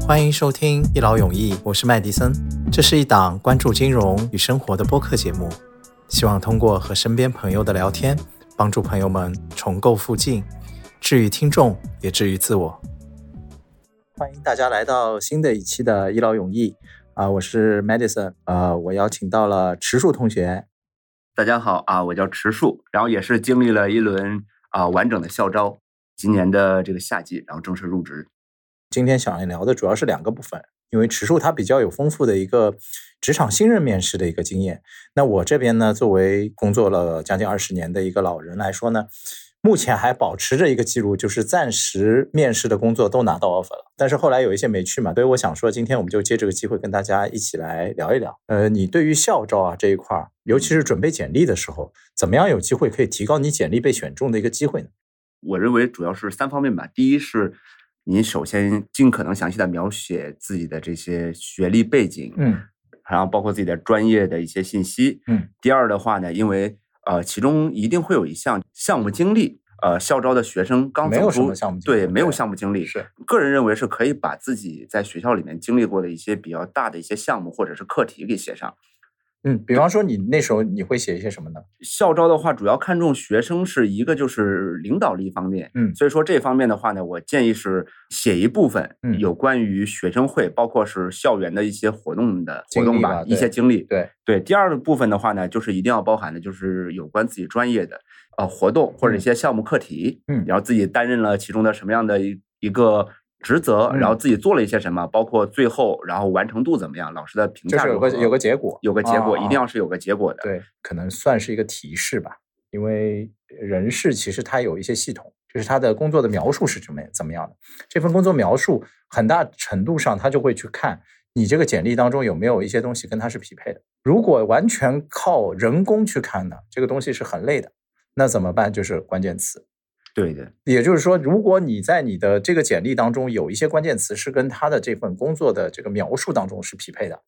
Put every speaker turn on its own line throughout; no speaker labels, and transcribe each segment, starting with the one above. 欢迎收听一劳永逸，我是麦迪森。这是一档关注金融与生活的播客节目，希望通过和身边朋友的聊天，帮助朋友们重构附近，治愈听众，也治愈自我。欢迎大家来到新的一期的一劳永逸啊、我是 Madison，呃，我邀请到了池树同学，
大家好啊，我叫池树，然后也是经历了一轮啊完整的校招，今年的这个夏季，然后正式入职。
今天想聊的主要是两个部分，因为池树他比较有丰富的一个职场新人面试的一个经验。那我这边呢，作为工作了将近二十年的一个老人来说呢，目前还保持着一个记录，就是暂时面试的工作都拿到 offer 了，但是后来有一些没去嘛，所以我想说，今天我们就借这个机会跟大家一起来聊一聊。呃，你对于校招啊这一块儿，尤其是准备简历的时候，怎么样有机会可以提高你简历被选中的一个机会呢？
我认为主要是三方面吧，第一是您首先尽可能详细的描写自己的这些学历背景，
嗯
然后包括自己的专业的一些信息。
嗯，
第二的话呢，因为呃，其中一定会有一项项目经历，呃，校招的学生刚
没
走
有什
出
么项目经历
对，没有
对
项目经历。
是，
个人认为是可以把自己在学校里面经历过的一些比较大的一些项目或者是课题给写上。
嗯，比方说你那时候你会写一些什么呢？
校招的话，主要看重学生是一个就是领导力方面，
嗯
所以说这方面的话呢，我建议是写一部分
嗯
有关于学生会，包括是校园的一些活动的活
经历
动
吧
吧，一
对
些经历，
对，
对，第二个部分的话呢，就是一定要包含的，就是有关自己专业的呃活动或者一些项目课题，
嗯
然后自己担任了其中的什么样的一一个职责，然后
嗯
自己做了一些什么，包括最后然后完成度怎么样，老师的评
就
价
是有
如何
个有个结果，
有个结果，
啊
一定要是有个结果的，
对，可能算是一个提示吧，因为人事其实它有一些系统，就是它的工作的描述是怎么怎么样的。这份工作描述很大程度上，他就会去看你这个简历当中有没有一些东西跟它是匹配的。如果完全靠人工去看呢，这个东西是很累的。那怎么办？就是关键词。
对的，
也就是说，如果你在你的这个简历当中有一些关键词是跟他的这份工作的这个描述当中是匹配的，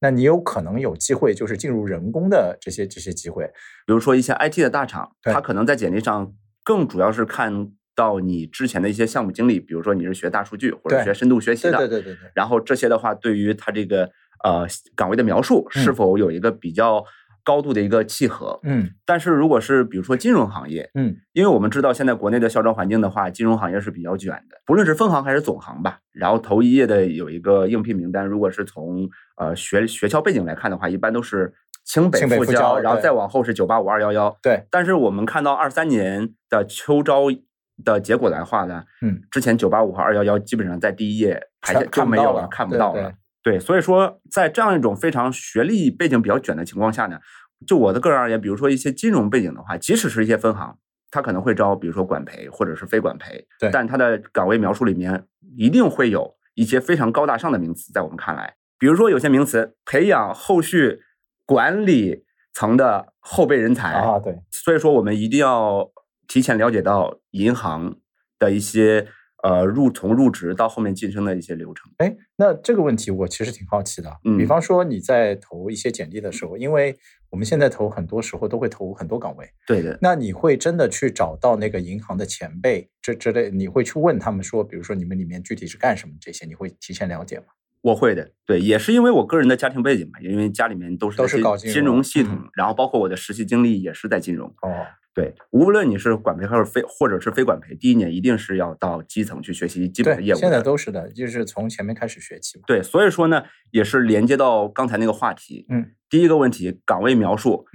那你有可能有机会就是进入人工的这些这些机会。
比如说一些 IT 的大厂，
对
它可能在简历上更主要是看到你之前的一些项目经历，比如说你是学大数据或者
对
学深度学习
对
的，
对对对对，
然后这些的话，对于他这个呃岗位的描述是
嗯
否有一个比较高度的一个契合？
嗯
但是如果是比如说金融行业，
嗯，
因为我们知道现在国内的校招环境的话，金融行业是比较卷的，不论是分行还是总行吧。然后头一页的有一个应聘名单，如果是从呃学学校背景来看的话，一般都是清北
清北
复
复交
然后
对
再往后是九八五二幺幺。
对，
但是我们看到二三年的秋招的结果来话呢，
嗯，
之前九八五和二幺幺基本上在第一页排下
全
就
看不
没
到
有
了，
看不
对
到
对
了。对，所以说在这样一种非常学历背景比较卷的情况下呢，就我的个人而言，比如说一些金融背景的话，即使是一些分行，它可能会招比如说管培或者是非管培，
对
但它的岗位描述里面一定会有一些非常高大上的名词，在我们看来，比如说有些名词培养后续管理层的后备人才
啊，对，
所以说我们一定要提前了解到银行的一些呃入从入职到后面晋升的一些流程。
哎，那这个问题我其实挺好奇的啊。比
嗯
方说你在投一些简历的时候，因为我们现在投很多时候都会投很多岗位，
对的，
那你会真的去找到那个银行的前辈这之类，你会去问他们说，比如说你们里面具体是干什么这些，你会提前了解吗？
我会的。对，也是因为我个人的家庭背景嘛，因为家里面都是
都
在
是
金
搞金
金
融
融系统，
嗯
然后包括我的实习经历也是在金融。
哦，
对，无论你是管培还是非或者是非管培，第一年一定是要到基层去学习基本的
对，
业务的。
现在都是的，就是从前面开始学起嘛。
对，所以说呢，也是连接到刚才那个话题。
嗯，
第一个问题，岗位描述，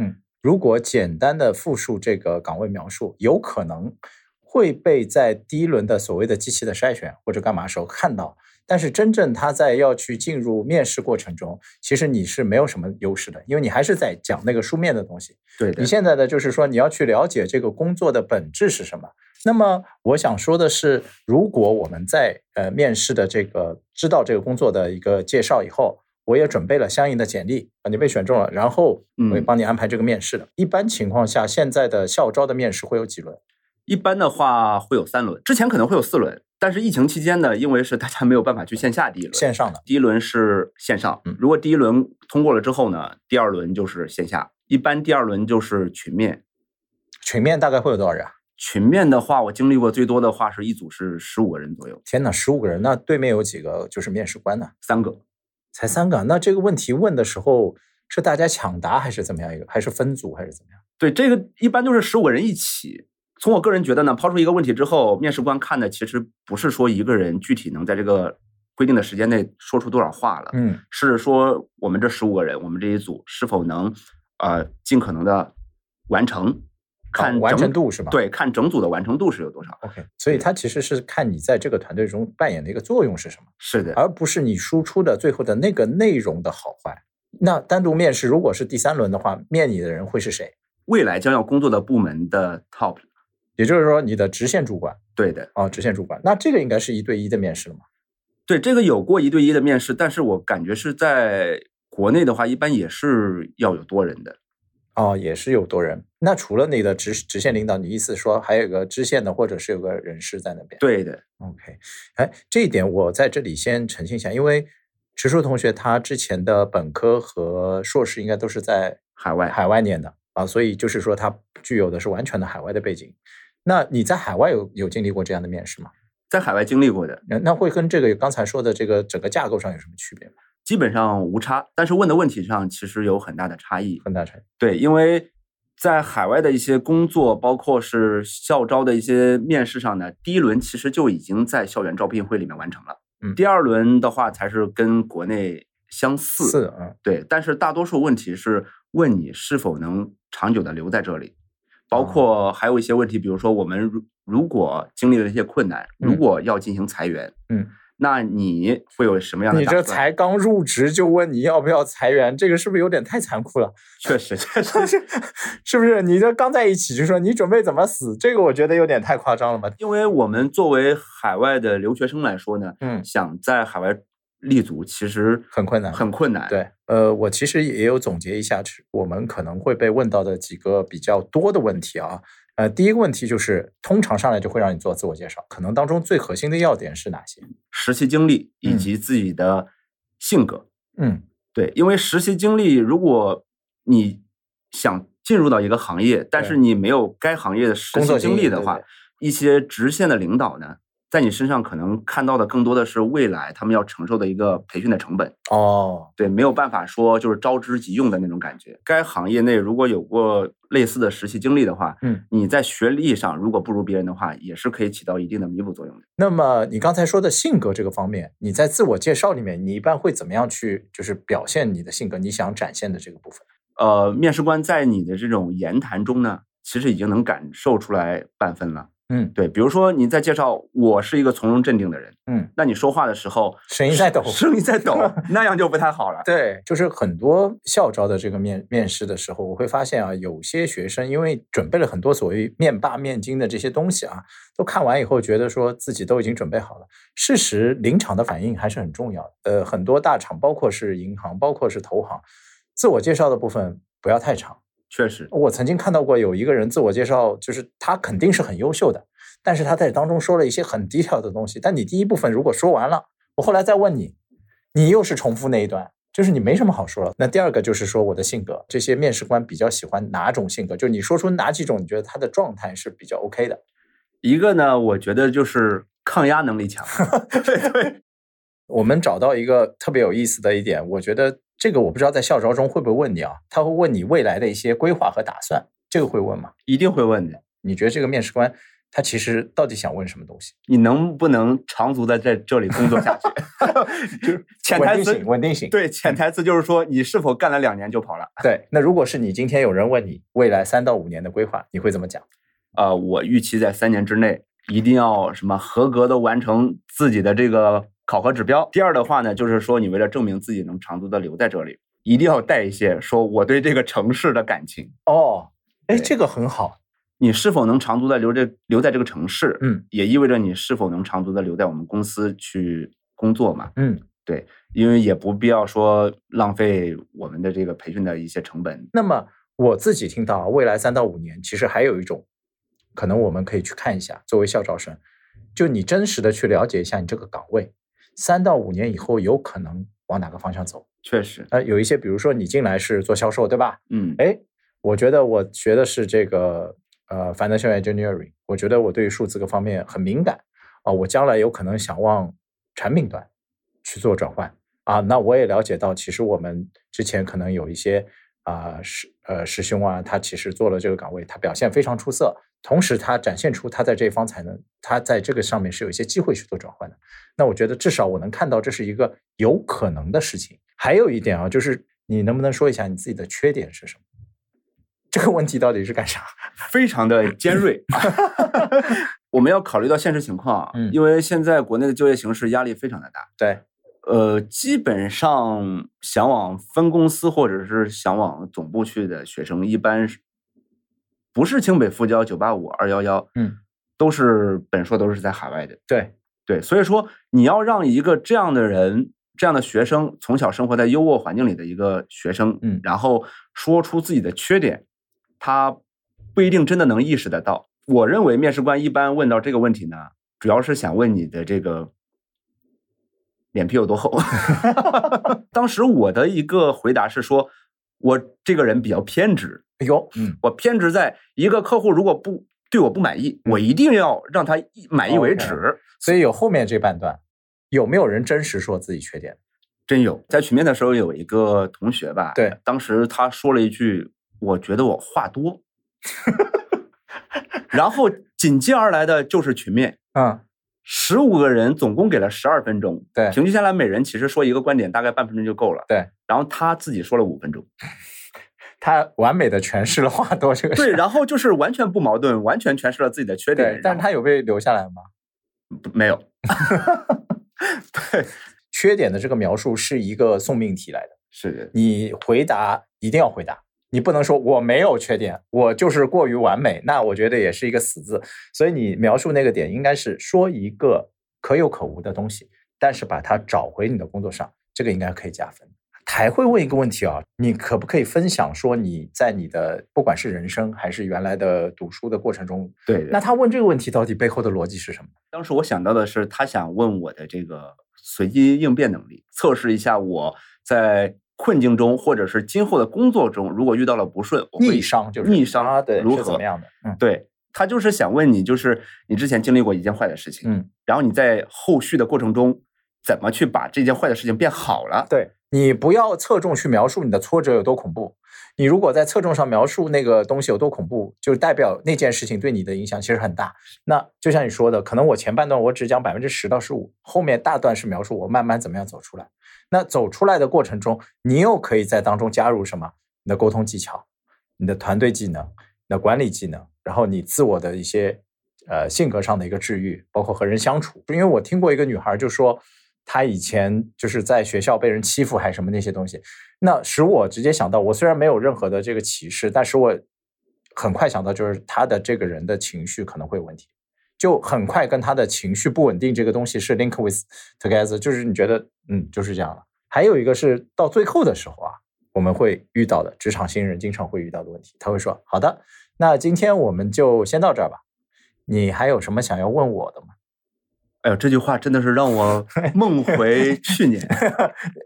如果简单的复述这个岗位描述，有可能会被在第一轮的所谓的机器的筛选或者干嘛时候看到，但是真正他在要去进入面试过程中，其实你是没有什么优势的，因为你还是在讲那个书面的东西。
对的
你，现在呢，就是说你要去了解这个工作的本质是什么。那么我想说的是，如果我们在呃面试的这个知道这个工作的一个介绍以后，我也准备了相应的简历啊，你被选中了，然后我会
嗯
帮你安排这个面试的。一般情况下，现在的校招的面试会有几轮？
一般的话会有三轮，之前可能会有四轮，但是疫情期间呢，因为是大家没有办法去线下第一轮，
线上的
第一轮是线上
嗯，
如果第一轮通过了之后呢，第二轮就是线下，一般第二轮就是群面，
群面大概会有多少人啊？
群面的话，我经历过最多的话是一组是十五个人左右，
天哪，十五个人，那对面有几个就是面试官呢？
三个
才三个。啊那这个问题问的时候是大家抢答还是怎么样一个？还是分组还是怎么样？
对，这个一般都是十五个人一起。从我个人觉得呢，抛出一个问题之后，面试官看的其实不是说一个人具体能在这个规定的时间内说出多少话了，
嗯，
是说我们这十五个人，我们这一组是否能呃尽可能的完成，看
啊好完
整
成度是吧？
对，看整组的完成度是有多少。
，OK。所以它其实是看你在这个团队中扮演的一个作用是什么，
是的，
而不是你输出的最后的那个内容的好坏。那单独面试，如果是第三轮的话，面你的人会是谁？
未来将要工作的部门的 top，
也就是说，你的直线主管
对的，
啊、直线主管。那这个应该是一对一的面试了嘛？
对这个有过一对一的面试，但是我感觉是在国内的话，一般也是要有多人的。
哦，也是有多人。那除了你的直直线领导，你意思说还有一个支线的，或者是有个人事在那边？
对的，
OK，哎，这一点我在这里先澄清一下，因为池叔同学他之前的本科和硕士应该都是在
海外
海外念的啊，所以就是说他具有的是完全的海外的背景。那你在海外有有经历过这样的面试吗？
在海外经历过的，
那那会跟这个刚才说的这个整个架构上有什么区别吗？
基本上无差，但是问的问题上其实有很大的差异。
很大差异。
对，因为在海外的一些工作，包括是校招的一些面试上呢，第一轮其实就已经在校园招聘会里面完成了。
嗯
第二轮的话才是跟国内相似。
四啊，
对，但是大多数问题是问你是否能长久的留在这里，包
哦
括还有一些问题，比如说我们如如果经历了一些困难，如
嗯
果要进行裁员，
嗯，
那你会有什么样的
你
打
这
算
才刚入职就问你要不要裁员，这个是不是有点太残酷了？
确实确实
是 是不是？你这刚在一起就说你准备怎么死，这个我觉得有点太夸张了吧？
因为我们作为海外的留学生来说呢，
嗯，
想在海外立足其实
很困难
很困难。，
对，呃，我其实也有总结一下，是我们可能会被问到的几个比较多的问题啊。呃，第一个问题就是，通常上来就会让你做自我介绍，可能当中最核心的要点是哪些？
实习经历以
嗯
及自己的性格，
嗯
对，因为实习经历，如果你想进入到一个行业，但
对
是你没有该行业的实
工
习
作
经
经
历
验
的
对
话
对，
一些直线的领导呢，在你身上可能看到的更多的是未来他们要承受的一个培训的成本。
哦，
对，没有办法说就是招之即用的那种感觉。该行业内如果有过类似的实习经历的话，
嗯，
你在学历上如果不如别人的话，也是可以起到一定的弥补作用的。
那么你刚才说的性格这个方面，你在自我介绍里面，你一般会怎么样去就是表现你的性格，你想展现的这个部分？
呃，面试官在你的这种言谈中呢，其实已经能感受出来半分了。
嗯
对，比如说你在介绍我是一个从容镇定的人，
嗯，
那你说话的时候
声音在抖。
声 音在抖，那样就不太好了。
对，就是很多校招的这个面面试的时候，我会发现啊，有些学生因为准备了很多所谓面霸、面经的这些东西啊，都看完以后觉得说自己都已经准备好了，事实临场的反应还是很重要的。呃，很多大厂，包括是银行，包括是投行，自我介绍的部分不要太长。
确实，
我曾经看到过有一个人自我介绍，就是他肯定是很优秀的，但是他在当中说了一些很低调的东西。但你第一部分如果说完了，我后来再问你，你又是重复那一段，就是你没什么好说了。那第二个就是说我的性格，这些面试官比较喜欢哪种性格？就你说出哪几种，你觉得他的状态是比较 OK 的。
一个呢，我觉得就是抗压能力强，
我们找到一个特别有意思的一点，我觉得这个我不知道在校招中会不会问你啊，他会问你未来的一些规划和打算，这个会问吗？
一定会问的。
你觉得这个面试官他其实到底想问什么东西？
你能不能长足的在这里工作下去？ 潜
稳
台
定
词
性，稳定性。嗯
对，潜台词就是说你是否干了两年就跑了？
对那如果是你今天有人问你未来三到五年的规划，你会怎么讲？
呃，我预期在三年之内一定要什么合格的完成自己的这个考核指标。第二的话呢，就是说你为了证明自己能长足的留在这里，一定要带一些说我对这个城市的感情。
哦，哎，
对
这个很好。
你是否能长足的留着留在这个城市，
嗯，
也意味着你是否能长足的留在我们公司去工作嘛？
嗯，
因为也不必要说浪费我们的这个培训的一些成本。
那么我自己听到啊，未来三到五年，其实还有一种可能，我们可以去看一下。作为校招生，就你真实的去了解一下你这个岗位，三到五年以后有可能往哪个方向走。
确实，
呃，有一些，比如说你进来是做销售，对吧？
嗯，
哎，我觉得我学的是这个呃 financial engineering，我觉得我对于数字各方面很敏感啊、我将来有可能想往产品端去做转换啊。那我也了解到，其实我们之前可能有一些啊师呃师兄啊，他其实做了这个岗位，他表现非常出色，同时他展现出他在这一方才能，他在这个上面是有一些机会去做转换的。那我觉得至少我能看到这是一个有可能的事情。还有一点啊，就是你能不能说一下你自己的缺点是什么？这个问题到底是干啥？
非常的尖锐。 我们要考虑到现实情况啊，
嗯
因为现在国内的就业形势压力非常的大。
对，
呃，基本上想往分公司或者是想往总部去的学生，一般是不是清北复交、九八五、二幺幺，
嗯，
都是本硕都是在海外的。
对，
对，所以说你要让一个这样的人、这样的学生，从小生活在优渥环境里的一个学生，
嗯
然后说出自己的缺点，他不一定真的能意识得到。我认为面试官一般问到这个问题呢，主要是想问你的这个脸皮有多厚。 当时我的一个回答是说，我这个人比较偏执，
哎呦，嗯，
我偏执在一个客户如果不对我不满意，我一定要让他一满意为
嗯 OK
止。
所以有后面这半段，有没有人真实说自己缺点？
真有，在群面的时候有一个同学吧，
对，
当时他说了一句：“我觉得我话 多。”然后紧接而来的就是群面，
嗯，
十五个人总共给了十二分钟，
对
平均下来每人其实说一个观点大概半分钟就够了，
对。
然后他自己说了五 分钟，
他完美的诠释了话多这个事
对，然后就是完全不矛盾，完全诠释了自己的缺点，
对，但是
然后
他有被留下来吗？
不没有，
缺点的这个描述是一个送命题来的，
是
你回答一定要回答，你不能说我没有缺点，我就是过于完美，那我觉得也是一个死字。所以你描述那个点应该是说一个可有可无的东西，但是把它找回你的工作上，这个应该可以加分。还会问一个问题啊，你可不可以分享说你在你的不管是人生还是原来的读书的过程中，
对对
那他问这个问题到底背后的逻辑是什么？
当时我想到的是，他想问我的这个随机应变能力，测试一下我在困境中，或者是今后的工作中，如果遇到了不顺，我会
逆商就是
逆商
啊，对，
如
是怎
何
么？样的？嗯
对他就是想问你，就是你之前经历过一件坏的事情，
嗯，
然后你在后续的过程中，怎么去把这件坏的事情变好了？
对你不要侧重去描述你的挫折有多恐怖。你如果在侧重上描述那个东西有多恐怖，就代表那件事情对你的影响其实很大。那就像你说的，可能我前半段我只讲百分之十到十五，后面大段是描述我慢慢怎么样走出来。那走出来的过程中，你又可以在当中加入什么？你的沟通技巧、你的团队技能、你的管理技能，然后你自我的一些呃性格上的一个治愈，包括和人相处。因为我听过一个女孩就说，她以前就是在学校被人欺负还是什么那些东西，那使我直接想到，我虽然没有任何的这个歧视，但使我很快想到就是她的这个人的情绪可能会有问题。就很快跟她的情绪不稳定这个东西是 link with together，就是你觉得嗯就是这样了。还有一个是到最后的时候啊，我们会遇到的职场新人经常会遇到的问题。他会说：“好的，那今天我们就先到这儿吧。你还有什么想要问我的吗
哎呦，这句话真的是让我梦回去年。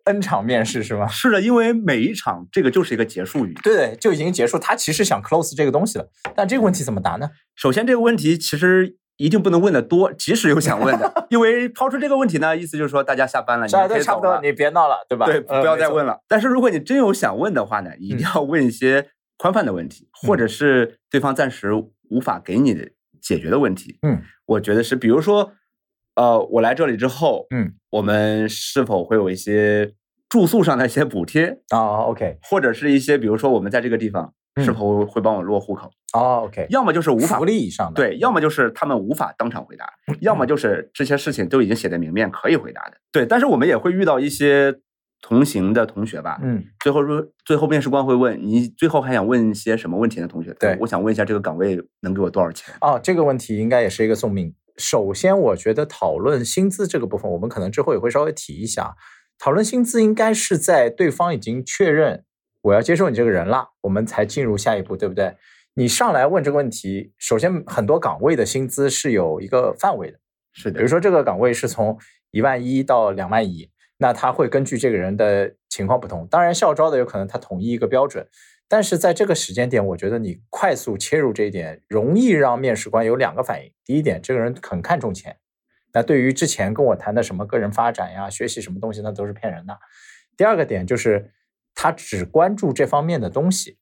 ？”N 场面试是吗？
是的，因为每一场这个就是一个结束语。
对对，就已经结束。他其实想 close 这个东西了，但这个问题怎么答呢？
首先，这个问题其实一定不能问的多，即使有想问 的，因为抛出这个问题呢，意思就是说大家下班了，啊你
啥
们可
都
以
差不
走
多，
了，
你别闹了，对吧？呃
对，不要再问
了。
了。但是如果你真有想问的话呢，一定
嗯
要问一些宽泛的问题，或者是对方暂时无法给你的解决的问题。
嗯，
我觉得是，比如说，呃，我来这里之后，
嗯，
我们是否会有一些住宿上的一些补贴，
哦，OK，
或者是一些，比如说我们在这个地方
嗯
是否会帮我落户口？
哦，OK，
要么就是无法
福利以上的，嗯
对，要么就是他们无法当场回答，要么就是这些事情都已经写在明面可以回答的。对，但是我们也会遇到一些同行的同学吧，
嗯，
最后说最后面试官会问你最后还想问一些什么问题呢？同学，
对
我想问一下这个岗位能给我多少钱？
哦，这个问题应该也是一个送命。首先，我觉得讨论薪资这个部分，我们可能之后也会稍微提一下。讨论薪资应该是在对方已经确认我要接受你这个人了，我们才进入下一步，对不对？你上来问这个问题，首先很多岗位的薪资是有一个范围的，
是
比如
的，
说这个岗位是从一万一到两万一，那他会根据这个人的情况不同，当然校招的有可能他统一一个标准，但是在这个时间点，我觉得你快速切入这一点，容易让面试官有两个反应：第一点，这个人很看重钱，那对于之前跟我谈的什么个人发展呀、学习什么东西，那都是骗人的；第二个点就是他只关注这方面的东西，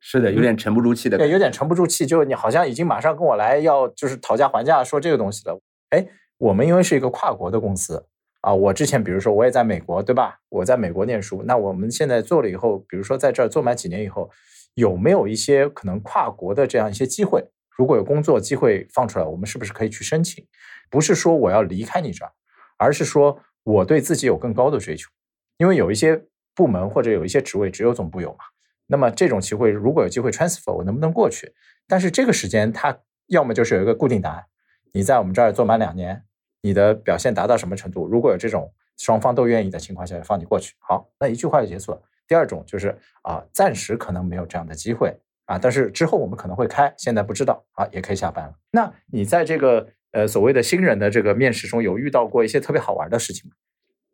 是的，有点沉不住气的
嗯
感
对，
觉。
有点沉不住气，就是你好像已经马上跟我来要就是讨价还价说这个东西了。哎，我们因为是一个跨国的公司啊，我之前比如说我也在美国，对吧？我在美国念书，那我们现在做了以后，比如说在这儿做满几年以后，有没有一些可能跨国的这样一些机会？如果有工作机会放出来，我们是不是可以去申请？不是说我要离开你这儿，而是说我对自己有更高的追求，因为有一些部门或者有一些职位只有总部有嘛。那么这种机会如果有机会 transfer，我能不能过去？但是这个时间它要么就是有一个固定答案，你在我们这儿做满两年，你的表现达到什么程度？如果有这种双方都愿意的情况下，放你过去。好，那一句话就结束了。第二种就是啊、暂时可能没有这样的机会啊，但是之后我们可能会开，现在不知道啊，也可以下班了。那你在这个呃所谓的新人的这个面试中，有遇到过一些特别好玩的事情吗？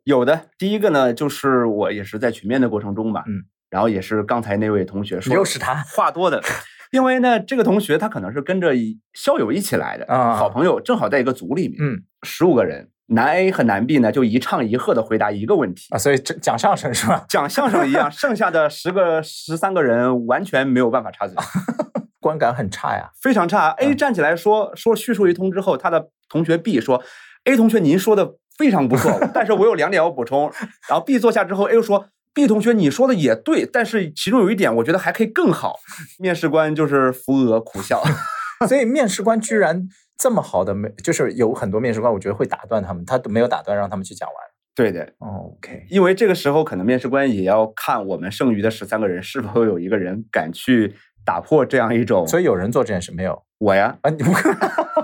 有的，第一个呢，就是我也是在群面的过程中吧，
嗯，
然后也是刚才那位同学说，
又是他
话多的，因为呢，这个同学他可能是跟着一校友一起来的，
啊
好朋友正好在一个组里面，
嗯
十五个人，男 A 和男 B 呢就一唱一和的回答一个问题，
啊，所以这讲相声是吧？
讲相声一样，剩下的十个十三个人完全没有办法插 嘴，
观感很差呀。
非常差。A
嗯
站起来说说叙述一通之后，他的同学 B 说：“A 同学，您说的非常不错，但是我有两点要补充。”然后 B 坐下之后，A 又说。B 同学，你说的也对，但是其中有一点，我觉得还可以更好。面试官就是扶额苦笑，
所以面试官居然这么好的没，就是有很多面试官，我觉得会打断他们，他都没有打断让他们去讲完。
对的，
哦 OK，
因为这个时候可能面试官也要看我们剩余的十三个人是否有一个人敢去打破这样一种。
所以有人做这件事没有
我呀，
啊？你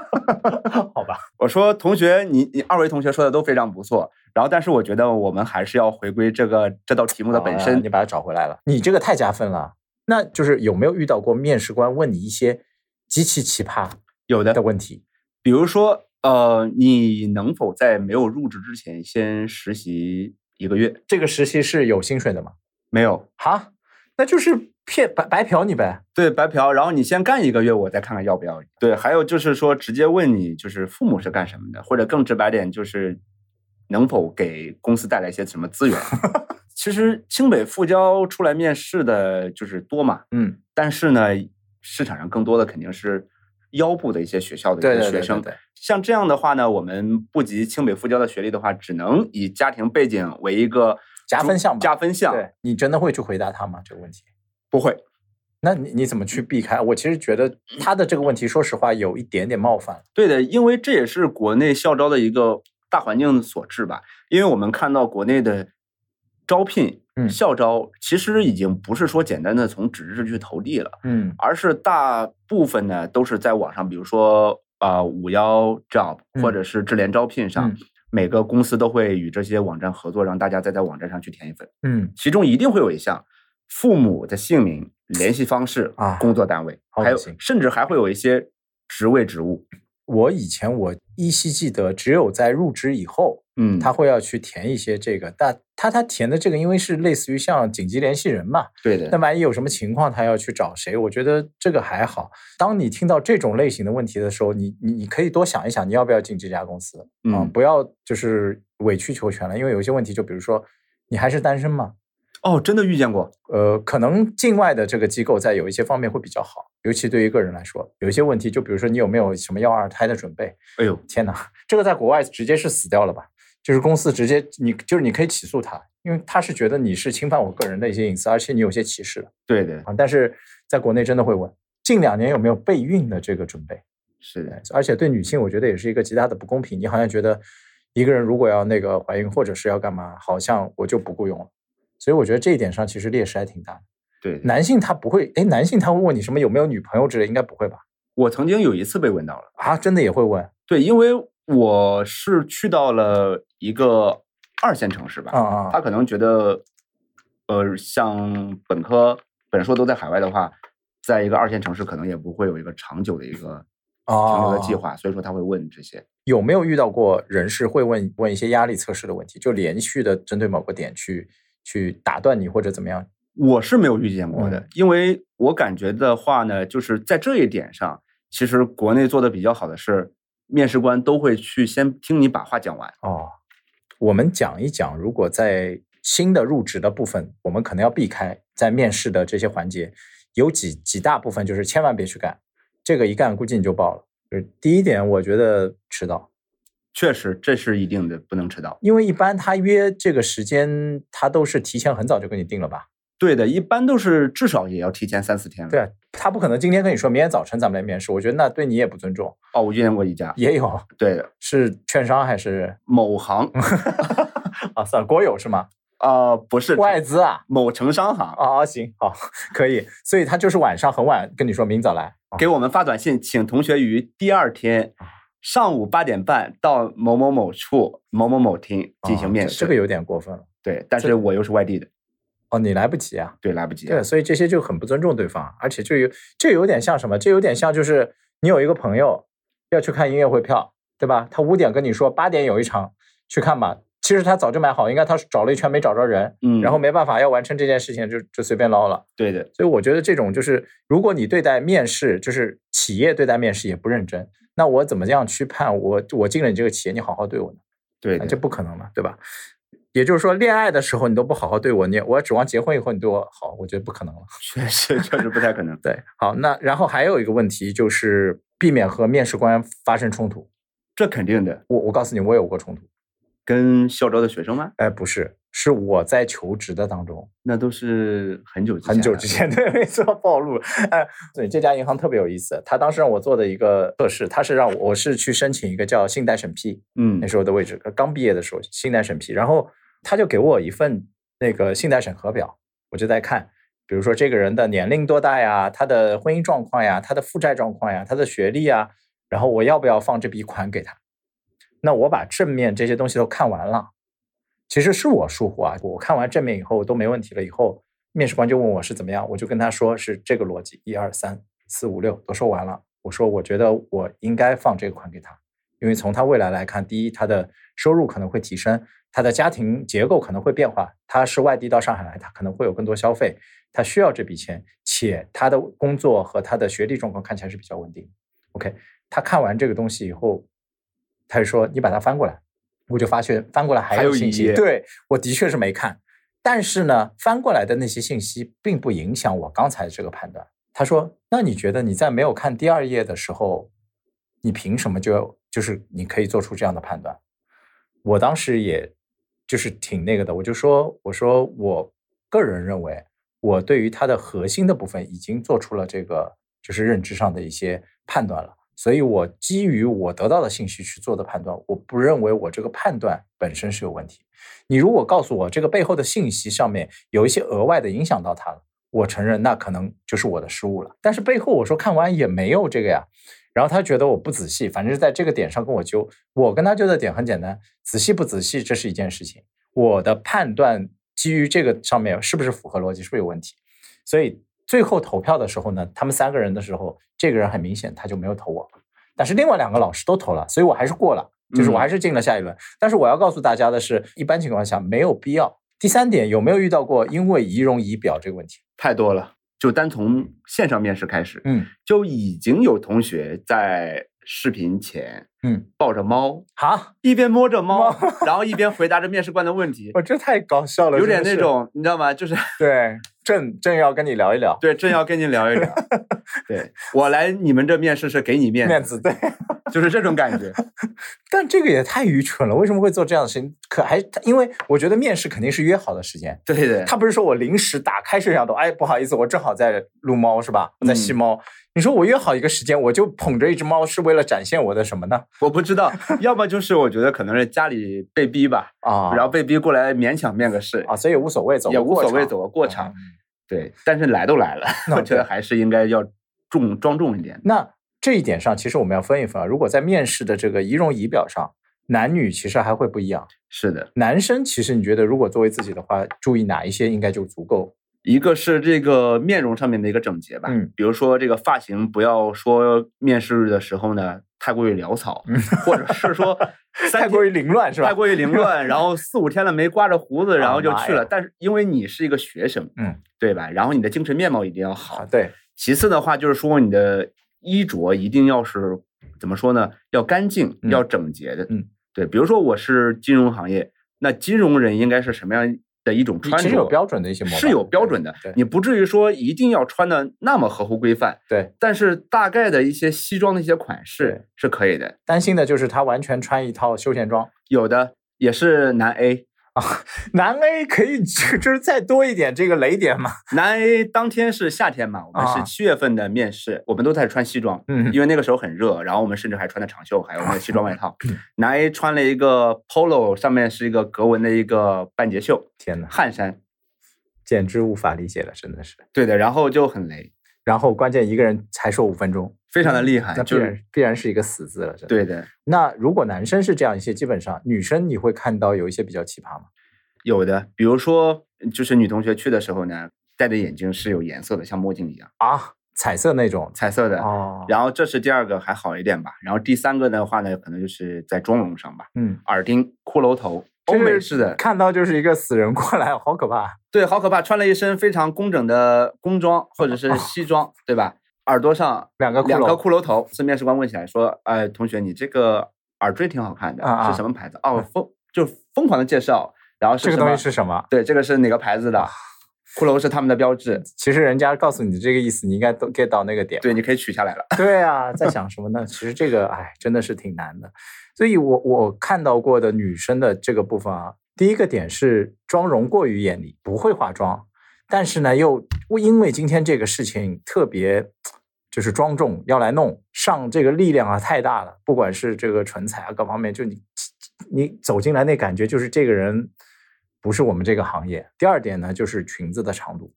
好吧，
我说同学，你你二位同学说的都非常不错，然后但是我觉得我们还是要回归这个这道题目的本
好
身。
啊你把它找回来了，你这个太加分了。那就是有没有遇到过面试官问你一些极其奇葩
有的
的，问题？
比如说，呃，你能否在没有入职之前先实习一个月？
这个实习是有薪水的吗？
没有，
哈，那就是骗白白嫖你呗。
对，白嫖。然后你先干一个月，我再看看要不要。对，还有就是说，直接问你就是父母是干什么的，或者更直白点，就是能否给公司带来一些什么 资源。其实清北复交出来面试的就是多嘛，
嗯，
但是呢，市场上更多的肯定是腰部的一些学校的
对
一
对
些
对对
学生。
对
像这样的话呢，我们不及清北复交的学历的话，只能以家庭背景为一个
加分项吧
加分项
对，你真的会去回答他吗？这个问题？
不会，
那你你怎么去避开？我其实觉得他的这个问题，说实话有一点点冒犯。
对的，因为这也是国内校招的一个大环境所致吧。因为我们看到国内的招聘，
嗯
校招其实已经不是说简单的从纸质去投递了，
嗯
而是大部分呢都是在网上，比如说啊五幺 job
嗯
或者是智联招聘上，
嗯
每个公司都会与这些网站合作，让大家再在网站上去填一份，
嗯，
其中一定会有一项父母的姓名、联系方式、
啊
工作单位，
好恶
还有
心
甚至还会有一些职位职务。
我以前我依稀记得，只有在入职以后，
嗯，
他会要去填一些这个，但他他填的这个，因为是类似于像紧急联系人嘛，
对的
那，万一有什么情况，他要去找谁？我觉得这个还好。当你听到这种类型的问题的时候，你你你可以多想一想，你要不要进这家公司啊、
嗯
不要就是委曲求全了，因为有一些问题，就比如说你还是单身嘛，
哦，真的遇见过，
呃，可能境外的这个机构在有一些方面会比较好，尤其对于个人来说，有一些问题，就比如说你有没有什么要二胎的准备？
哎呦，
天哪，这个在国外直接是死掉了吧？就是公司直接你就是你可以起诉他，因为他是觉得你是侵犯我个人的一些隐私，而且你有些歧视了
对的，
啊。但是在国内真的会问，近两年有没有备孕的这个准备？
是的，
而且对女性，我觉得也是一个极大的不公平。你好像觉得一个人如果要那个怀孕或者是要干嘛，好像我就不雇佣了。所以我觉得这一点上其实劣势还挺大的。
对的。
男性他不会，哎，男性他会问你什么有没有女朋友之类，应该不会吧？
我曾经有一次被问到了，
啊，真的也会问
对，因为我是去到了一个二线城市吧，
啊啊
他可能觉得，呃，像本科、本硕都在海外的话，在一个二线城市可能也不会有一个长久的一个停留的计
哦
划，所以说他会问这些。
有没有遇到过人事会问问一些压力测试的问题，就连续的针对某个点去去打断你或者怎么样？
我是没有遇见过的，
嗯
因为我感觉的话呢，就是在这一点上，其实国内做的比较好的是，面试官都会去先听你把话讲完。
哦，我们讲一讲，如果在新的入职的部分，我们可能要避开在面试的这些环节，有几几大部分就是千万别去干，这个一干估计你就爆了。就是第一点，我觉得迟到，
确实，这是一定的，不能迟到。
因为一般他约这个时间，他都是提前很早就跟你定了吧？
对的，一般都是至少也要提前三四天了。
对，啊，他不可能今天跟你说明天早晨咱们来面试，我觉得那对你也不尊重。
哦，我遇见过一家，
也有
对
是券商还是
某行
啊？算了，国有是吗？
啊、不是
外资啊？
某城商行
哦，行，好， 可以。所以他就是晚上很晚跟你说明早来，啊
给我们发短信，请同学于第二天
哦
上午八点半到某某某处某某某厅进行
啊
面
这
试。
这个有点过分了。
对，但是我又是外地的，
哦，你来不及啊？
对，来不及了。
对，所以这些就很不尊重对方，而且就有这有点像什么？这有点像就是你有一个朋友要去看音乐会票，对吧？他五点跟你说八点有一场，去看吧。其实他早就买好，应该他找了一圈没找着人，
嗯，
然后没办法要完成这件事情就就随便捞了。
对的，
所以我觉得这种就是，如果你对待面试，就是企业对待面试也不认真，那我怎么样去判我我进了你这个企业，你好好对我呢？
对
那
的，
这不可能嘛，对吧？也就是说，恋爱的时候你都不好好对我，你我指望结婚以后你对我好，我觉得不可能了。
确实确实不太可能。
对，好，那然后还有一个问题就是避免和面试官发生冲突。
这肯定的，
我我告诉你，我有过冲突。
跟校招的学生吗？
哎，不是，是我在求职的当中，
那都是很久
很久
了
之前， 对，没错，暴露了。哎，对，这家银行特别有意思，他当时让我做的一个测试，他是让我我是去申请一个叫信贷审批，
嗯
那时候的位置，呃刚毕业的时候，信贷审批，然后他就给我一份那个信贷审核表，我就在看，比如说这个人的年龄多大呀，他的婚姻状况呀，他的负债状况呀，他的学历呀，然后我要不要放这笔款给他？那我把正面这些东西都看完了，其实是我疏忽啊，我看完正面以后都没问题了，以后面试官就问我是怎么样，我就跟他说是这个逻辑，一二三四五六都说完了，我说我觉得我应该放这个款给他。因为从他未来来看，第一，他的收入可能会提升，他的家庭结构可能会变化，他是外地到上海来，他可能会有更多消费，他需要这笔钱，且他的工作和他的学历状况看起来是比较稳定。OK，他看完这个东西以后，他就说：“你把它翻过来。”我就发现翻过来还
还
有
有
信
一
息，
页
对我的确是没看，但是呢，翻过来的那些信息并不影响我刚才这个判断。他说：“那你觉得你在没有看第二页的时候，你凭什么就就是你可以做出这样的判断？”我当时也就是挺那个的，我就说：“我说我个人认为，我对于它的核心的部分已经做出了这个就是认知上的一些判断了，所以我基于我得到的信息去做的判断，我不认为我这个判断本身是有问题。你如果告诉我这个背后的信息上面有一些额外的影响到它了，我承认那可能就是我的失误了。但是背后我说看完也没有这个呀。然后他觉得我不仔细，反正是在这个点上跟我纠。我跟他纠的点很简单，仔细不仔细这是一件事情，我的判断基于这个上面是不是符合逻辑，是不是有问题？所以最后投票的时候呢，他们三个人的时候，这个人很明显他就没有投我，但是另外两个老师都投了，所以我还是过了，就是我还是进了下一轮。但是我要告诉大家的是，一般情况下没有必要。第三点，有没有遇到过因为仪容仪表这个问题？
太多了。就单从线上面试开始，
嗯
就已经有同学在视频前
嗯，
抱着猫，
好，
一边摸着 猫
猫，，
然后一边回答着面试官的问题
我这太搞笑了，
有点
真
那
是
种你知道吗？就是
对。正正要跟你聊一聊
对，正要跟您聊一聊， 对我来你们这面试是给你面
面
子，
子，对，
就是这种感觉。
但这个也太愚蠢了，为什么会做这样的事情？可还因为我觉得面试肯定是约好的时间，
对的，
他不是说我临时打开摄像头，哎，不好意思，我正好在撸猫是吧？我在
嗯
吸猫。你说我约好一个时间，我就捧着一只猫，是为了展现我的什么呢？
我不知道，要么就是我觉得可能是家里被逼吧，
啊，
然后被逼过来勉强面个试，
啊，所以也无所谓，走
也
个
无
过
所谓
场啊嗯
走个过场。。对，但是来都来了，
那
我觉
对
得还是应该要重庄重一点。
那这一点上，其实我们要分一分啊。如果在面试的这个仪容仪表上，男女其实还会不一样。
是的，
男生其实你觉得，如果作为自己的话，注意哪一些应该就足够？
一个是这个面容上面的一个整洁吧，
嗯
比如说这个发型，不要说面试的时候呢太过于潦草，或者 是说
嗯太
三天
过于凌乱是吧
太？过于凌乱，然后四五天了没刮着胡 子，然后就去
啊妈
了。
呀
但是因为你是一个学生，
嗯，
对吧？然后你的精神面貌一定要好
啊，。对，
其次的话就是说你的衣着一定要是怎么说呢？要干净，
嗯
要整洁的。
嗯，
对。比如说我是金融行业，那金融人应该是什么样的一种穿
其实有
着？
标准的一些模板，
是有标准的
对，
你不至于说一定要穿的那么合乎规范，
对，
但是大概的一些西装的一些款
对
式是可以的。
担心的就是他完全穿一套休闲装。
有的也是男 A，
南 A 可以就是 再多一点这个雷点嘛？
南 A 当天是夏天嘛，我们
啊
是七月份的面试，我们都在穿西装，
嗯
因为那个时候很热，然后我们甚至还穿的长袖，还有那个西装
啊
外套。
嗯
南 A 穿了一个 polo，上面是一个格纹的一个半截袖
天哪，
汗衫，
简直无法理解了，真的是。
对的，然后就很雷，
然后关键一个人才说五分钟，
非常的厉害，
嗯那必
哎就
然、
是
必然是一个死字了，真的。
对的，
那如果男生是这样一些，基本上女生你会看到有一些比较奇葩吗？
有的，比如说就是女同学去的时候呢，戴的眼镜是有颜色的，像墨镜一样，
啊，彩色那种
彩色的。
哦，
然后这是第二个还好一点吧，然后第三个的话呢，可能就是在妆容上吧，
嗯，
耳钉、骷髅头，欧美式的，
看到就是一个死人过来，好可怕。
对，好可怕！穿了一身非常工整的工装或者是西装，对吧？耳朵上
两个骷
两个
髅
骷髅头。是面试官问起来说：“哎，同学，你这个耳坠挺好看的，
啊啊
是什么牌子？”哦，疯就是疯狂的介绍，然后是啊
这个
什么
东西是什么？
对，这个是哪个牌子的？骷髅是他们的标志，
其实人家告诉你的这个意思，你应该都 get 到那个点。
对，你可以取下来了。
对啊，在想什么呢？其实这个哎，真的是挺难的。所以我我看到过的女生的这个部分啊，第一个点是妆容过于艳丽，不会化妆，但是呢又因为今天这个事情特别。就是庄重要来弄上这个力量啊太大了，不管是这个唇彩啊各方面，就你你走进来那感觉就是这个人不是我们这个行业。第二点呢，就是裙子的长度，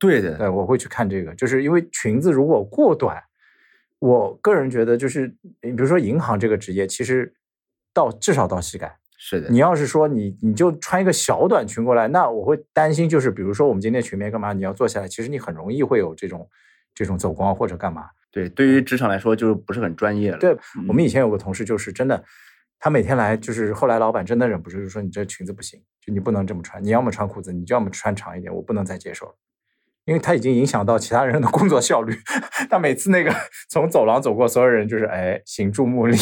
对的，
对，呃我会去看这个，就是因为裙子如果过短，我个人觉得就是，你比如说银行这个职业，其实到至少到膝盖。
是的
你，要是说你你就穿一个小短裙过来，那我会担心，就是比如说我们今天群面干嘛，你要坐下来，其实你很容易会有这种这种走光或者干嘛。
对，对于职场来说就是不是很专业了。
对
嗯
我们以前有个同事，就是真的，他每天来，就是后来老板真的忍不住就说：“你这裙子不行，就你不能这么穿，你要么穿裤子，你就要么穿长一点，我不能再接受了。”因为他已经影响到其他人的工作效率。 他每次那个从走廊走过，所有人就是哎，行注目礼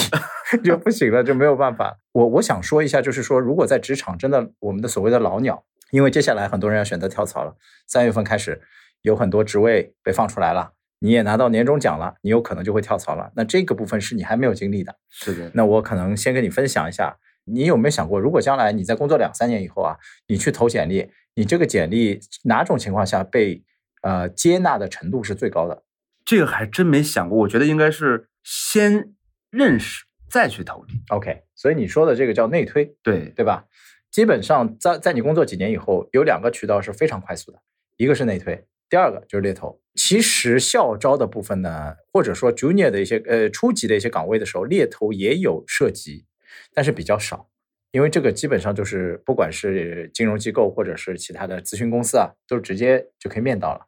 就不行了，就没有办法。我我想说一下，就是说，如果在职场真的我们的所谓的老鸟，因为接下来很多人要选择跳槽了，三月份开始有很多职位被放出来了。你也拿到年终奖了，你有可能就会跳槽了。那这个部分是你还没有经历的。
是的，
那我可能先跟你分享一下，你有没有想过，如果将来你在工作两三年以后啊，你去投简历，你这个简历哪种情况下被呃接纳的程度是最高的？
这个还真没想过，我觉得应该是先认识再去投递。
OK，所以你说的这个叫内推，
对，
对吧？基本上在在你工作几年以后，有两个渠道是非常快速的，一个是内推，第二个就是猎头。其实校招的部分呢，或者说 junior 的一些呃初级的一些岗位的时候，猎头也有涉及，但是比较少，因为这个基本上就是不管是金融机构或者是其他的咨询公司啊，都直接就可以面到了。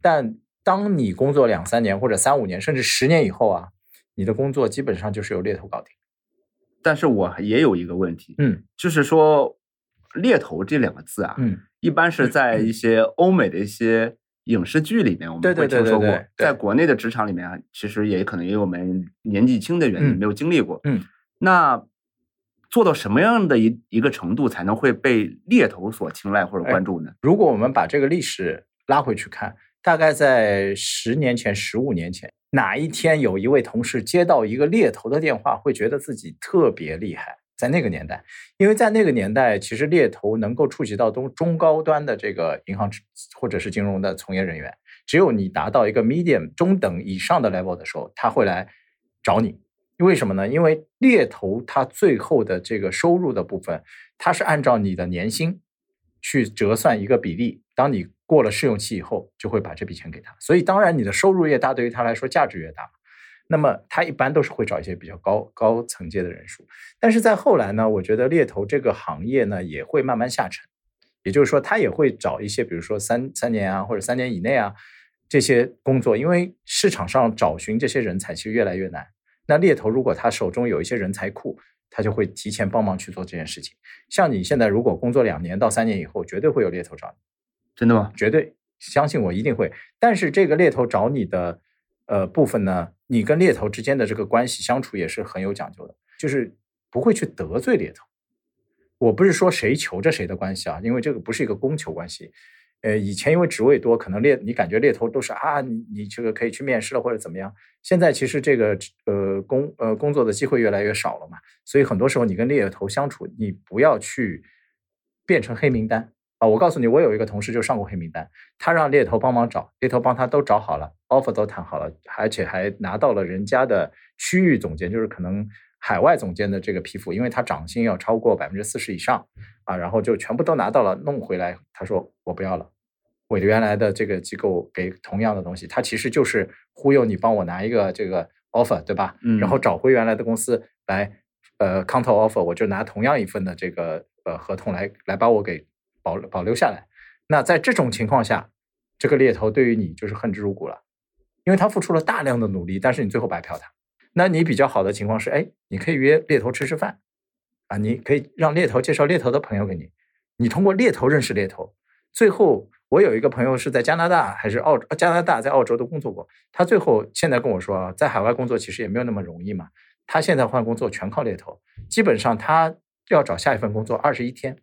但当你工作两三年或者三五年甚至十年以后啊，你的工作基本上就是由猎头搞定。
但是我也有一个问题，
嗯
就是说“猎头”这两个字啊，
嗯，
一般是在一些欧美的一些影视剧里面我
对
们
对
会
对
听说
对
过
对，对
在国内的职场里面啊，其实也可能因为我们年纪轻的原因
嗯
没有经历过。
嗯，
那做到什么样的一一个程度才能会被猎头所青睐或者
哎
关注呢？
如果我们把这个历史拉回去看，大概在十年前、十五年前，哪一天有一位同事接到一个猎头的电话，会觉得自己特别厉害。在那个年代，因为在那个年代，其实猎头能够触及到中中高端的这个银行或者是金融的从业人员，只有你达到一个 medium 中等以上的 level 的时候，他会来找你。为什么呢？因为猎头它最后的这个收入的部分，它是按照你的年薪去折算一个比例。当你过了试用期以后，就会把这笔钱给他。所以，当然你的收入越大，对于他来说价值越大。那么他一般都是会找一些比较高高层阶的人数。但是在后来呢，我觉得猎头这个行业呢也会慢慢下沉，也就是说，他也会找一些，比如说三三年啊，或者三年以内啊这些工作，因为市场上找寻这些人才其实越来越难。那猎头如果他手中有一些人才库，他就会提前帮忙去做这件事情。像你现在如果工作两年到三年以后，绝对会有猎头找你，
真的吗？
绝对相信我一定会。但是这个猎头找你的呃部分呢，你跟猎头之间的这个关系相处也是很有讲究的，就是不会去得罪猎头。我不是说谁求着谁的关系啊，因为这个不是一个供求关系。呃，以前因为职位多，可能猎你感觉猎头都是啊，你你这个可以去面试了或者怎么样。现在其实这个呃工呃工作的机会越来越少了嘛，所以很多时候你跟猎头相处，你不要去变成黑名单啊。我告诉你，我有一个同事就上过黑名单，他让猎头帮忙找，猎头帮他都找好了，offer 都谈好了，而且还拿到了人家的区域总监，就是可能海外总监的这个批复，因为他涨薪要超过百分之四十以上。啊，然后就全部都拿到了，弄回来，他说我不要了，我原来的这个机构给同样的东西，他其实就是忽悠你帮我拿一个这个 offer，对吧？
嗯
然后找回原来的公司来，呃，counter offer，我就拿同样一份的这个呃合同来来把我给保保留下来。那在这种情况下，这个猎头对于你就是恨之入骨了，因为他付出了大量的努力，但是你最后白嫖他。那你比较好的情况是，哎，你可以约猎头吃吃饭，啊，你可以让猎头介绍猎头的朋友给你，你通过猎头认识猎头。最后，我有一个朋友是在加拿大还是澳洲加拿大在澳洲都工作过，他最后现在跟我说啊，在海外工作其实也没有那么容易嘛，他现在换工作全靠猎头，基本上他要找下一份工作二十一天，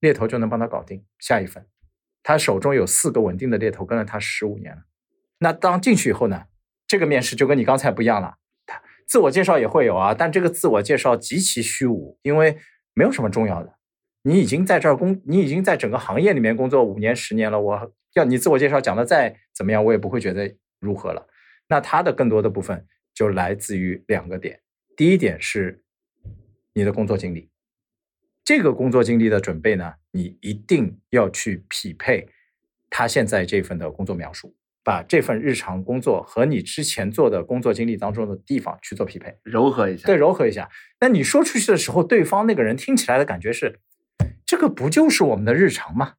猎头就能帮他搞定下一份。他手中有四个稳定的猎头跟了他十五年了。那当进去以后呢，这个面试就跟你刚才不一样了。自我介绍也会有啊，但这个自我介绍极其虚无，因为没有什么重要的。你已经在这儿工，你已经在整个行业里面工作五年、十年了，我要你自我介绍讲的再怎么样，我也不会觉得如何了。那它的更多的部分就来自于两个点，第一点是你的工作经历，这个工作经历的准备呢，你一定要去匹配他现在这份的工作描述。把这份日常工作和你之前做的工作经历当中的地方去做匹配，
柔和一下，
对，，柔合一下。那你说出去的时候，对方那个人听起来的感觉是，这个不就是我们的日常吗？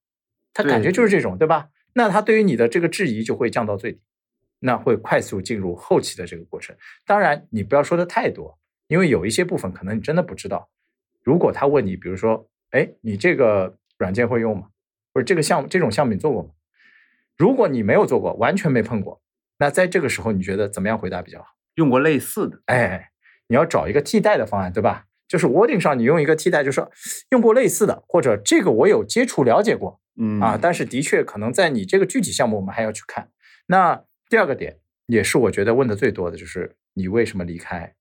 他感觉
对
就是这种，对吧？那他对于你的这个质疑就会降到最低，那会快速进入后期的这个过程。当然，你不要说的太多，因为有一些部分可能你真的不知道。如果他问你，比如说，哎，你这个软件会用吗？或者这个项目这种项目你做过吗？如果你没有做过，完全没碰过，那在这个时候你觉得怎么样回答比较好？
用过类似的，
哎，你要找一个替代的方案，对吧？就是 wording 上你用一个替代，就是说用过类似的，或者这个我有接触了解过
嗯
啊，，但是的确可能在你这个具体项目我们还要去看。那第二个点也是我觉得问的最多的就是你为什么离开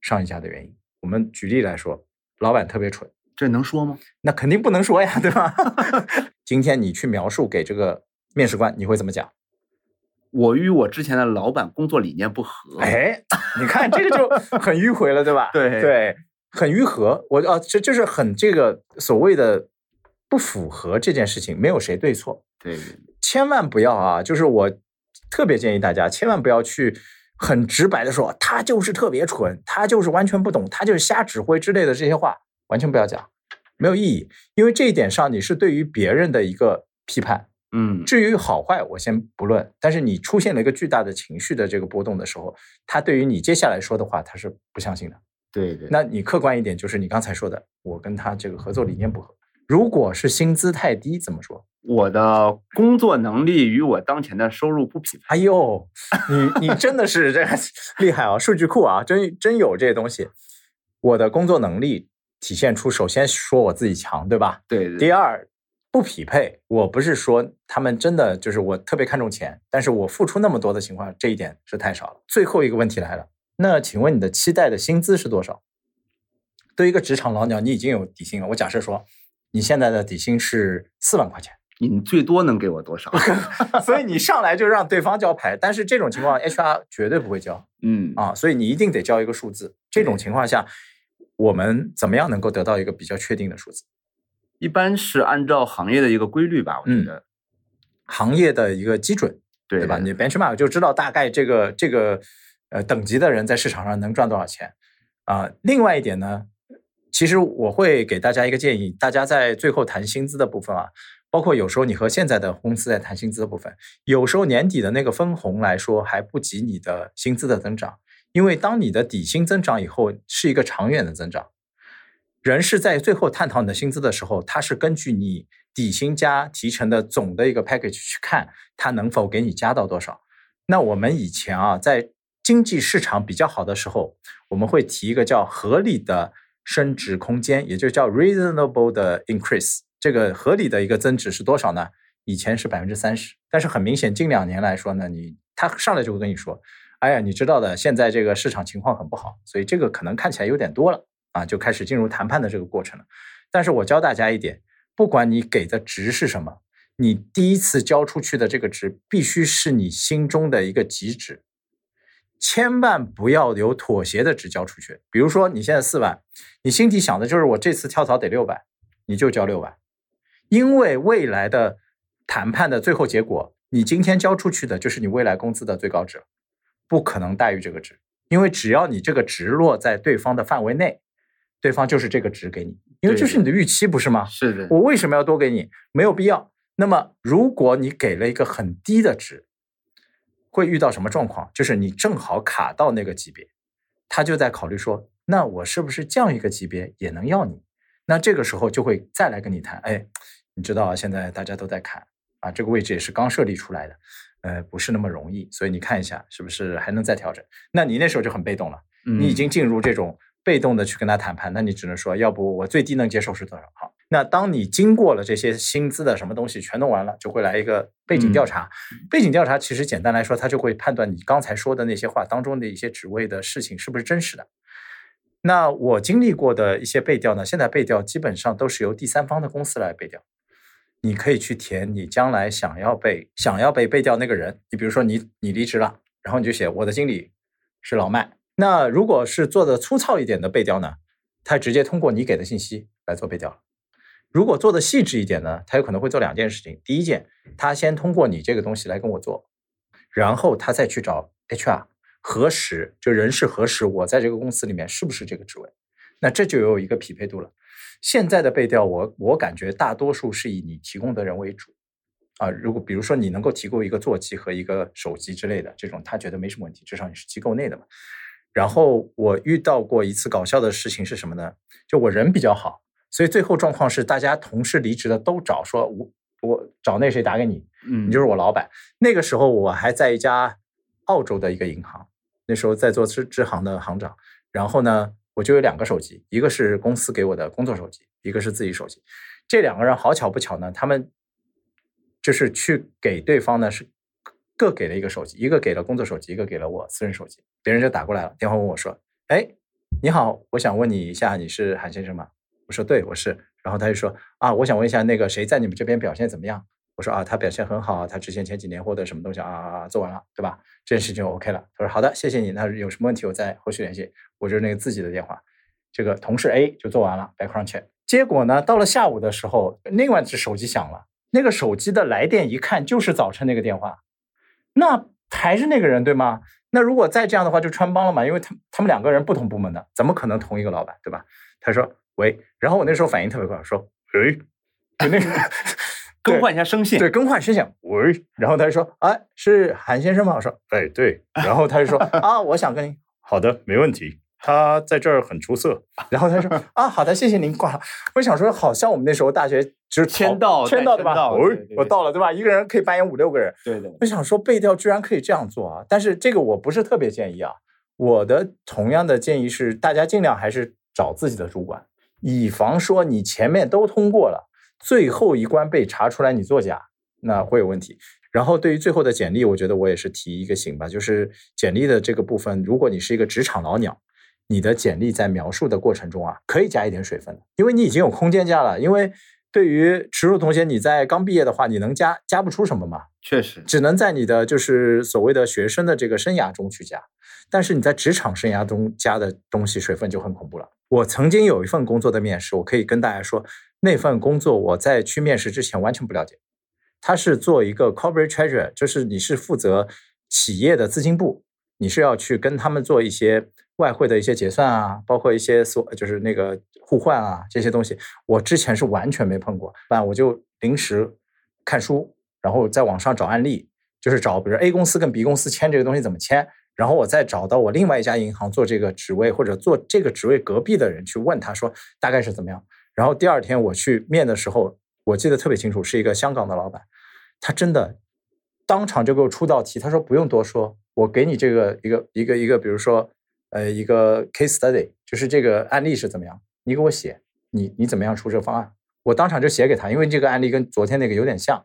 上一家的原因。我们举例来说，老板特别蠢，
这能说吗？
那肯定不能说呀，对吧？ 今天你去描述给这个面试官，你会怎么讲？
我与我之前的老板工作理念不合，，
哎，你看这个就很迂回了，对吧？
对
对，很迂回。我啊，这就是很这个所谓的不符合这件事情，没有谁对错，
对，
千万不要啊！就是我特别建议大家，千万不要去很直白的说他就是特别蠢，他就是完全不懂，他就是瞎指挥之类的这些话，完全不要讲，没有意义。因为这一点上，你是对于别人的一个批判。
嗯，
至于好坏，我先不论，但是你出现了一个巨大的情绪的这个波动的时候，他对于你接下来说的话，他是不相信的。
对对，
那你客观一点，就是你刚才说的，我跟他这个合作理念不合。如果是薪资太低，怎么说？
我的工作能力与我当前的收入不匹配，
哎呦，你你真的是这个厉害啊！数据库啊，真真有这些东西。我的工作能力体现出，首先说我自己强，对吧？
对
第
对，
二，不匹配。我不是说他们真的就是我特别看重钱，但是我付出那么多的情况下，这一点是太少了。最后一个问题来了，那请问你的期待的薪资是多少？对于一个职场老鸟，你已经有底薪了。我假设说，你现在的底薪是四万块钱，
你最多能给我多少？
所以你上来就让对方交牌，但是这种情况 HR 绝对不会交
嗯，
啊，所以你一定得交一个数字。这种情况下，我们怎么样能够得到一个比较确定的数字？
一般是按照行业的一个规律吧，我觉
嗯
得，
行业的一个基准，
对
对吧？
对
你 benchmark 就知道大概这个这个呃等级的人在市场上能赚多少钱啊、另外一点呢，其实我会给大家一个建议，大家在最后谈薪资的部分啊，包括有时候你和现在的公司在谈薪资的部分，有时候年底的那个分红来说还不及你的薪资的增长，因为当你的底薪增长以后，是一个长远的增长。人是在最后探讨你的薪资的时候，他是根据你底薪加提成的总的一个 package 去看，他能否给你加到多少。那我们以前啊，在经济市场比较好的时候，我们会提一个叫合理的升值空间，也就叫 reasonable 的 increase。这个合理的一个增值是多少呢？以前是百分之三十，但是很明显，近两年来说呢，你他上来就会跟你说，哎呀，你知道的，现在这个市场情况很不好，所以这个可能看起来有点多了啊，就开始进入谈判的这个过程了。但是我教大家一点，不管你给的值是什么，你第一次交出去的这个值必须是你心中的一个极值，千万不要有妥协的值交出去。比如说你现在四万，你心底想的就是我这次跳槽得六百，你就交六万，因为未来的。谈判的最后结果，你今天交出去的就是你未来工资的最高值，不可能大于这个值，因为只要你这个值落在对方的范围内，对方就是这个值给你，因为这是你的预期，不是吗？
是的，
我为什么要多给你？没有必要。那么，如果你给了一个很低的值，会遇到什么状况？就是你正好卡到那个级别，他就在考虑说，那我是不是降一个级别也能要你？那这个时候就会再来跟你谈，哎，你知道啊，现在大家都在砍。啊，这个位置也是刚设立出来的，呃，不是那么容易，所以你看一下是不是还能再调整？那你那时候就很被动了，
嗯
你已经进入这种被动的去跟他谈判，那你只能说，要不我最低能接受是多少？好，那当你经过了这些薪资的什么东西全弄完了，就会来一个背景调查。嗯、背景调查其实简单来说，它就会判断你刚才说的那些话当中的一些职位的事情是不是真实的。那我经历过的一些背调呢，现在背调基本上都是由第三方的公司来背调。你可以去填你将来想要被想要被背调那个人，你比如说你你离职了，然后你就写我的经理是老麦。那如果是做的粗糙一点的背调呢，他直接通过你给的信息来做背调了。如果做的细致一点呢，他有可能会做两件事情：第一件，他先通过你这个东西来跟我做，然后他再去找 HR 核实，就人事核实我在这个公司里面是不是这个职位。那这就有一个匹配度了。现在的背调我，我我感觉大多数是以你提供的人为主，啊，如果比如说你能够提供一个座机和一个手机之类的这种，他觉得没什么问题，至少你是机构内的嘛。然后我遇到过一次搞笑的事情是什么呢？就我人比较好，所以最后状况是大家同事离职的都找说我我找那谁打给你，嗯，你就是我老板。那个时候我还在一家澳洲的一个银行，那时候在做支支行的行长，然后呢。我就有两个手机，一个是公司给我的工作手机，一个是自己手机。这两个人好巧不巧呢，他们就是去给对方呢是各给了一个手机，一个给了工作手机，一个给了我私人手机。别人就打过来了，电话问我说：“哎，你好，我想问你一下，你是韩先生吗？”我说：“对，我是。”然后他就说：“啊，我想问一下那个谁在你们这边表现怎么样？”我说：“啊，他表现很好，他之前前几年获得什么东西啊啊啊，做完了，对吧？这件事情 OK 了。”他说：“好的，谢谢你。那有什么问题我再后续联系。”我就是那个自己的电话，这个同事 A 就做完了 background check。结果呢，到了下午的时候，另外一只手机响了，那个手机的来电一看就是早晨那个电话，那还是那个人对吗？那如果再这样的话就穿帮了嘛，因为他他们两个人不同部门的，怎么可能同一个老板对吧？他说：“喂。”然后我那时候反应特别快，我说：“喂、哎。”就那个
更换一下声线，
对，更换声线。喂，然后他就说：“哎，是韩先生吗？”我说：“哎，对。”然后他就说：“啊，我想跟您，好的，没问题。”他在这儿很出色，然后他说啊，好的，谢谢您挂了。我想说，好像我们那时候大学就是
签到，
签
到
对吧？
我、
哦、我到了对吧？一个人可以扮演五六个人，
对对。
我想说背调居然可以这样做啊！但是这个我不是特别建议啊。我的同样的建议是，大家尽量还是找自己的主管，以防说你前面都通过了，最后一关被查出来你作假，那会有问题。然后对于最后的简历，我觉得我也是提一个醒吧，就是简历的这个部分，如果你是一个职场老鸟。你的简历在描述的过程中啊，可以加一点水分的，因为你已经有空间加了。因为对于池入同学，你在刚毕业的话，你能加加不出什么嘛？
确实，
只能在你的就是所谓的学生的这个生涯中去加。但是你在职场生涯中加的东西水分就很恐怖了。我曾经有一份工作的面试，我可以跟大家说，那份工作我在去面试之前完全不了解。他是做一个 corporate treasurer，就是你是负责企业的资金部，你是要去跟他们做一些。外汇的一些结算啊，包括一些所就是那个互换啊这些东西，我之前是完全没碰过。那我就临时看书，然后在网上找案例，就是找比如 A 公司跟 B 公司签这个东西怎么签，然后我再找到我另外一家银行做这个职位或者做这个职位隔壁的人去问他说大概是怎么样。然后第二天我去面的时候，我记得特别清楚，是一个香港的老板，他真的当场就给我出道题，他说不用多说，我给你这个一个一个一个，比如说呃一个 case study，就是这个案例是怎么样，你给我写，你你怎么样出这个方案，我当场就写给他，因为这个案例跟昨天那个有点像，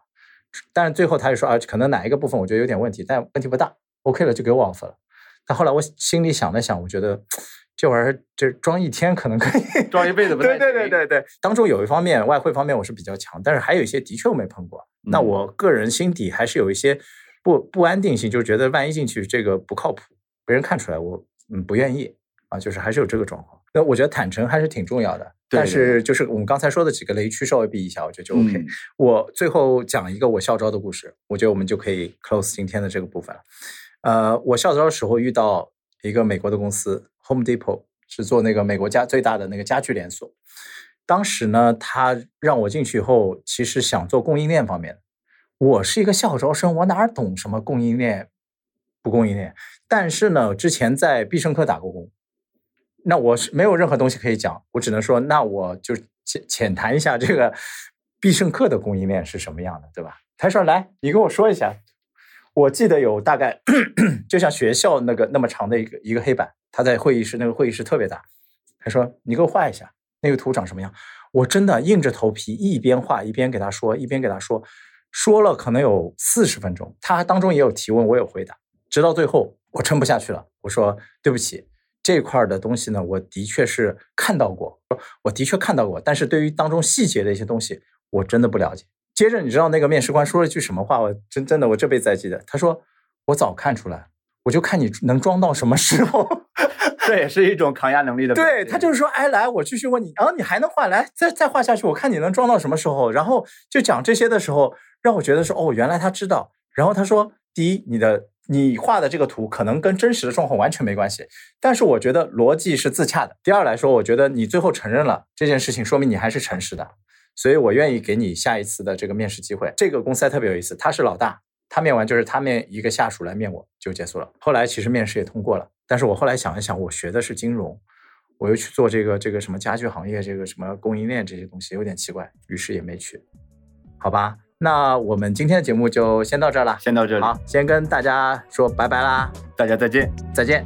但是最后他就说啊，可能哪一个部分我觉得有点问题，但问题不大，OK 了就给我 offer 了。但后来我心里想了想，我觉得这玩意儿这装一天可能可以
装一辈子不
对
太
对对
行
对对，当中有一方面外汇方面我是比较强，但是还有一些的确我没碰过。那
嗯
我个人心底还是有一些不不安定性，就是觉得万一进去这个不靠谱，被人看出来我嗯不愿意啊，就是还是有这个状况。那我觉得坦诚还是挺重要的，
对
但
对
是就是我们刚才说的几个雷区稍微避一下，我觉得就 OK。
嗯
我最后讲一个我校招的故事，我觉得我们就可以 close 今天的这个部分了。呃，我校招的时候遇到一个美国的公司 Home Depot，是做那个美国家最大的那个家具连锁。当时呢，他让我进去以后，其实想做供应链方面。我是一个校招生，我哪儿懂什么供应链不供应链？但是呢，之前在必胜客打过工，那我是没有任何东西可以讲，我只能说，那我就浅浅谈一下这个必胜客的供应链是什么样的，对吧？他说：“来，你跟我说一下。”我记得有大概就像学校那个那么长的一个一个黑板，他在会议室，那个会议室特别大。他说：“你给我画一下那个图长什么样。”我真的硬着头皮一边画一边给他说，一边给他说，说了可能有四十分钟，他当中也有提问，我有回答，直到最后我撑不下去了，我说对不起，这块儿的东西呢，我的确是看到过，我的确看到过，但是对于当中细节的一些东西，我真的不了解。接着你知道那个面试官说了句什么话？我真真的我这辈子还记得，他说我早看出来，我就看你能装到什么时候。
这也是一种抗压能力的表现。
对他就是说，哎，来，我继续问你，然后你还能画，来，再再画下去，我看你能装到什么时候。然后就讲这些的时候，让我觉得说，哦，原来他知道。然后他说，第一，你的你画的这个图可能跟真实的状况完全没关系，但是我觉得逻辑是自洽的。第二来说，我觉得你最后承认了这件事情，说明你还是诚实的，所以我愿意给你下一次的这个面试机会。这个公司还特别有意思，他是老大，他面完就是他面一个下属来面我就结束了。后来其实面试也通过了，但是我后来想一想，我学的是金融，我又去做这个这个什么家具行业，这个什么供应链这些东西，有点奇怪，于是也没去。好吧，那我们今天的节目就先到这儿啦。
先到这里，
好，先跟大家说拜拜啦，
大家再见。
再见。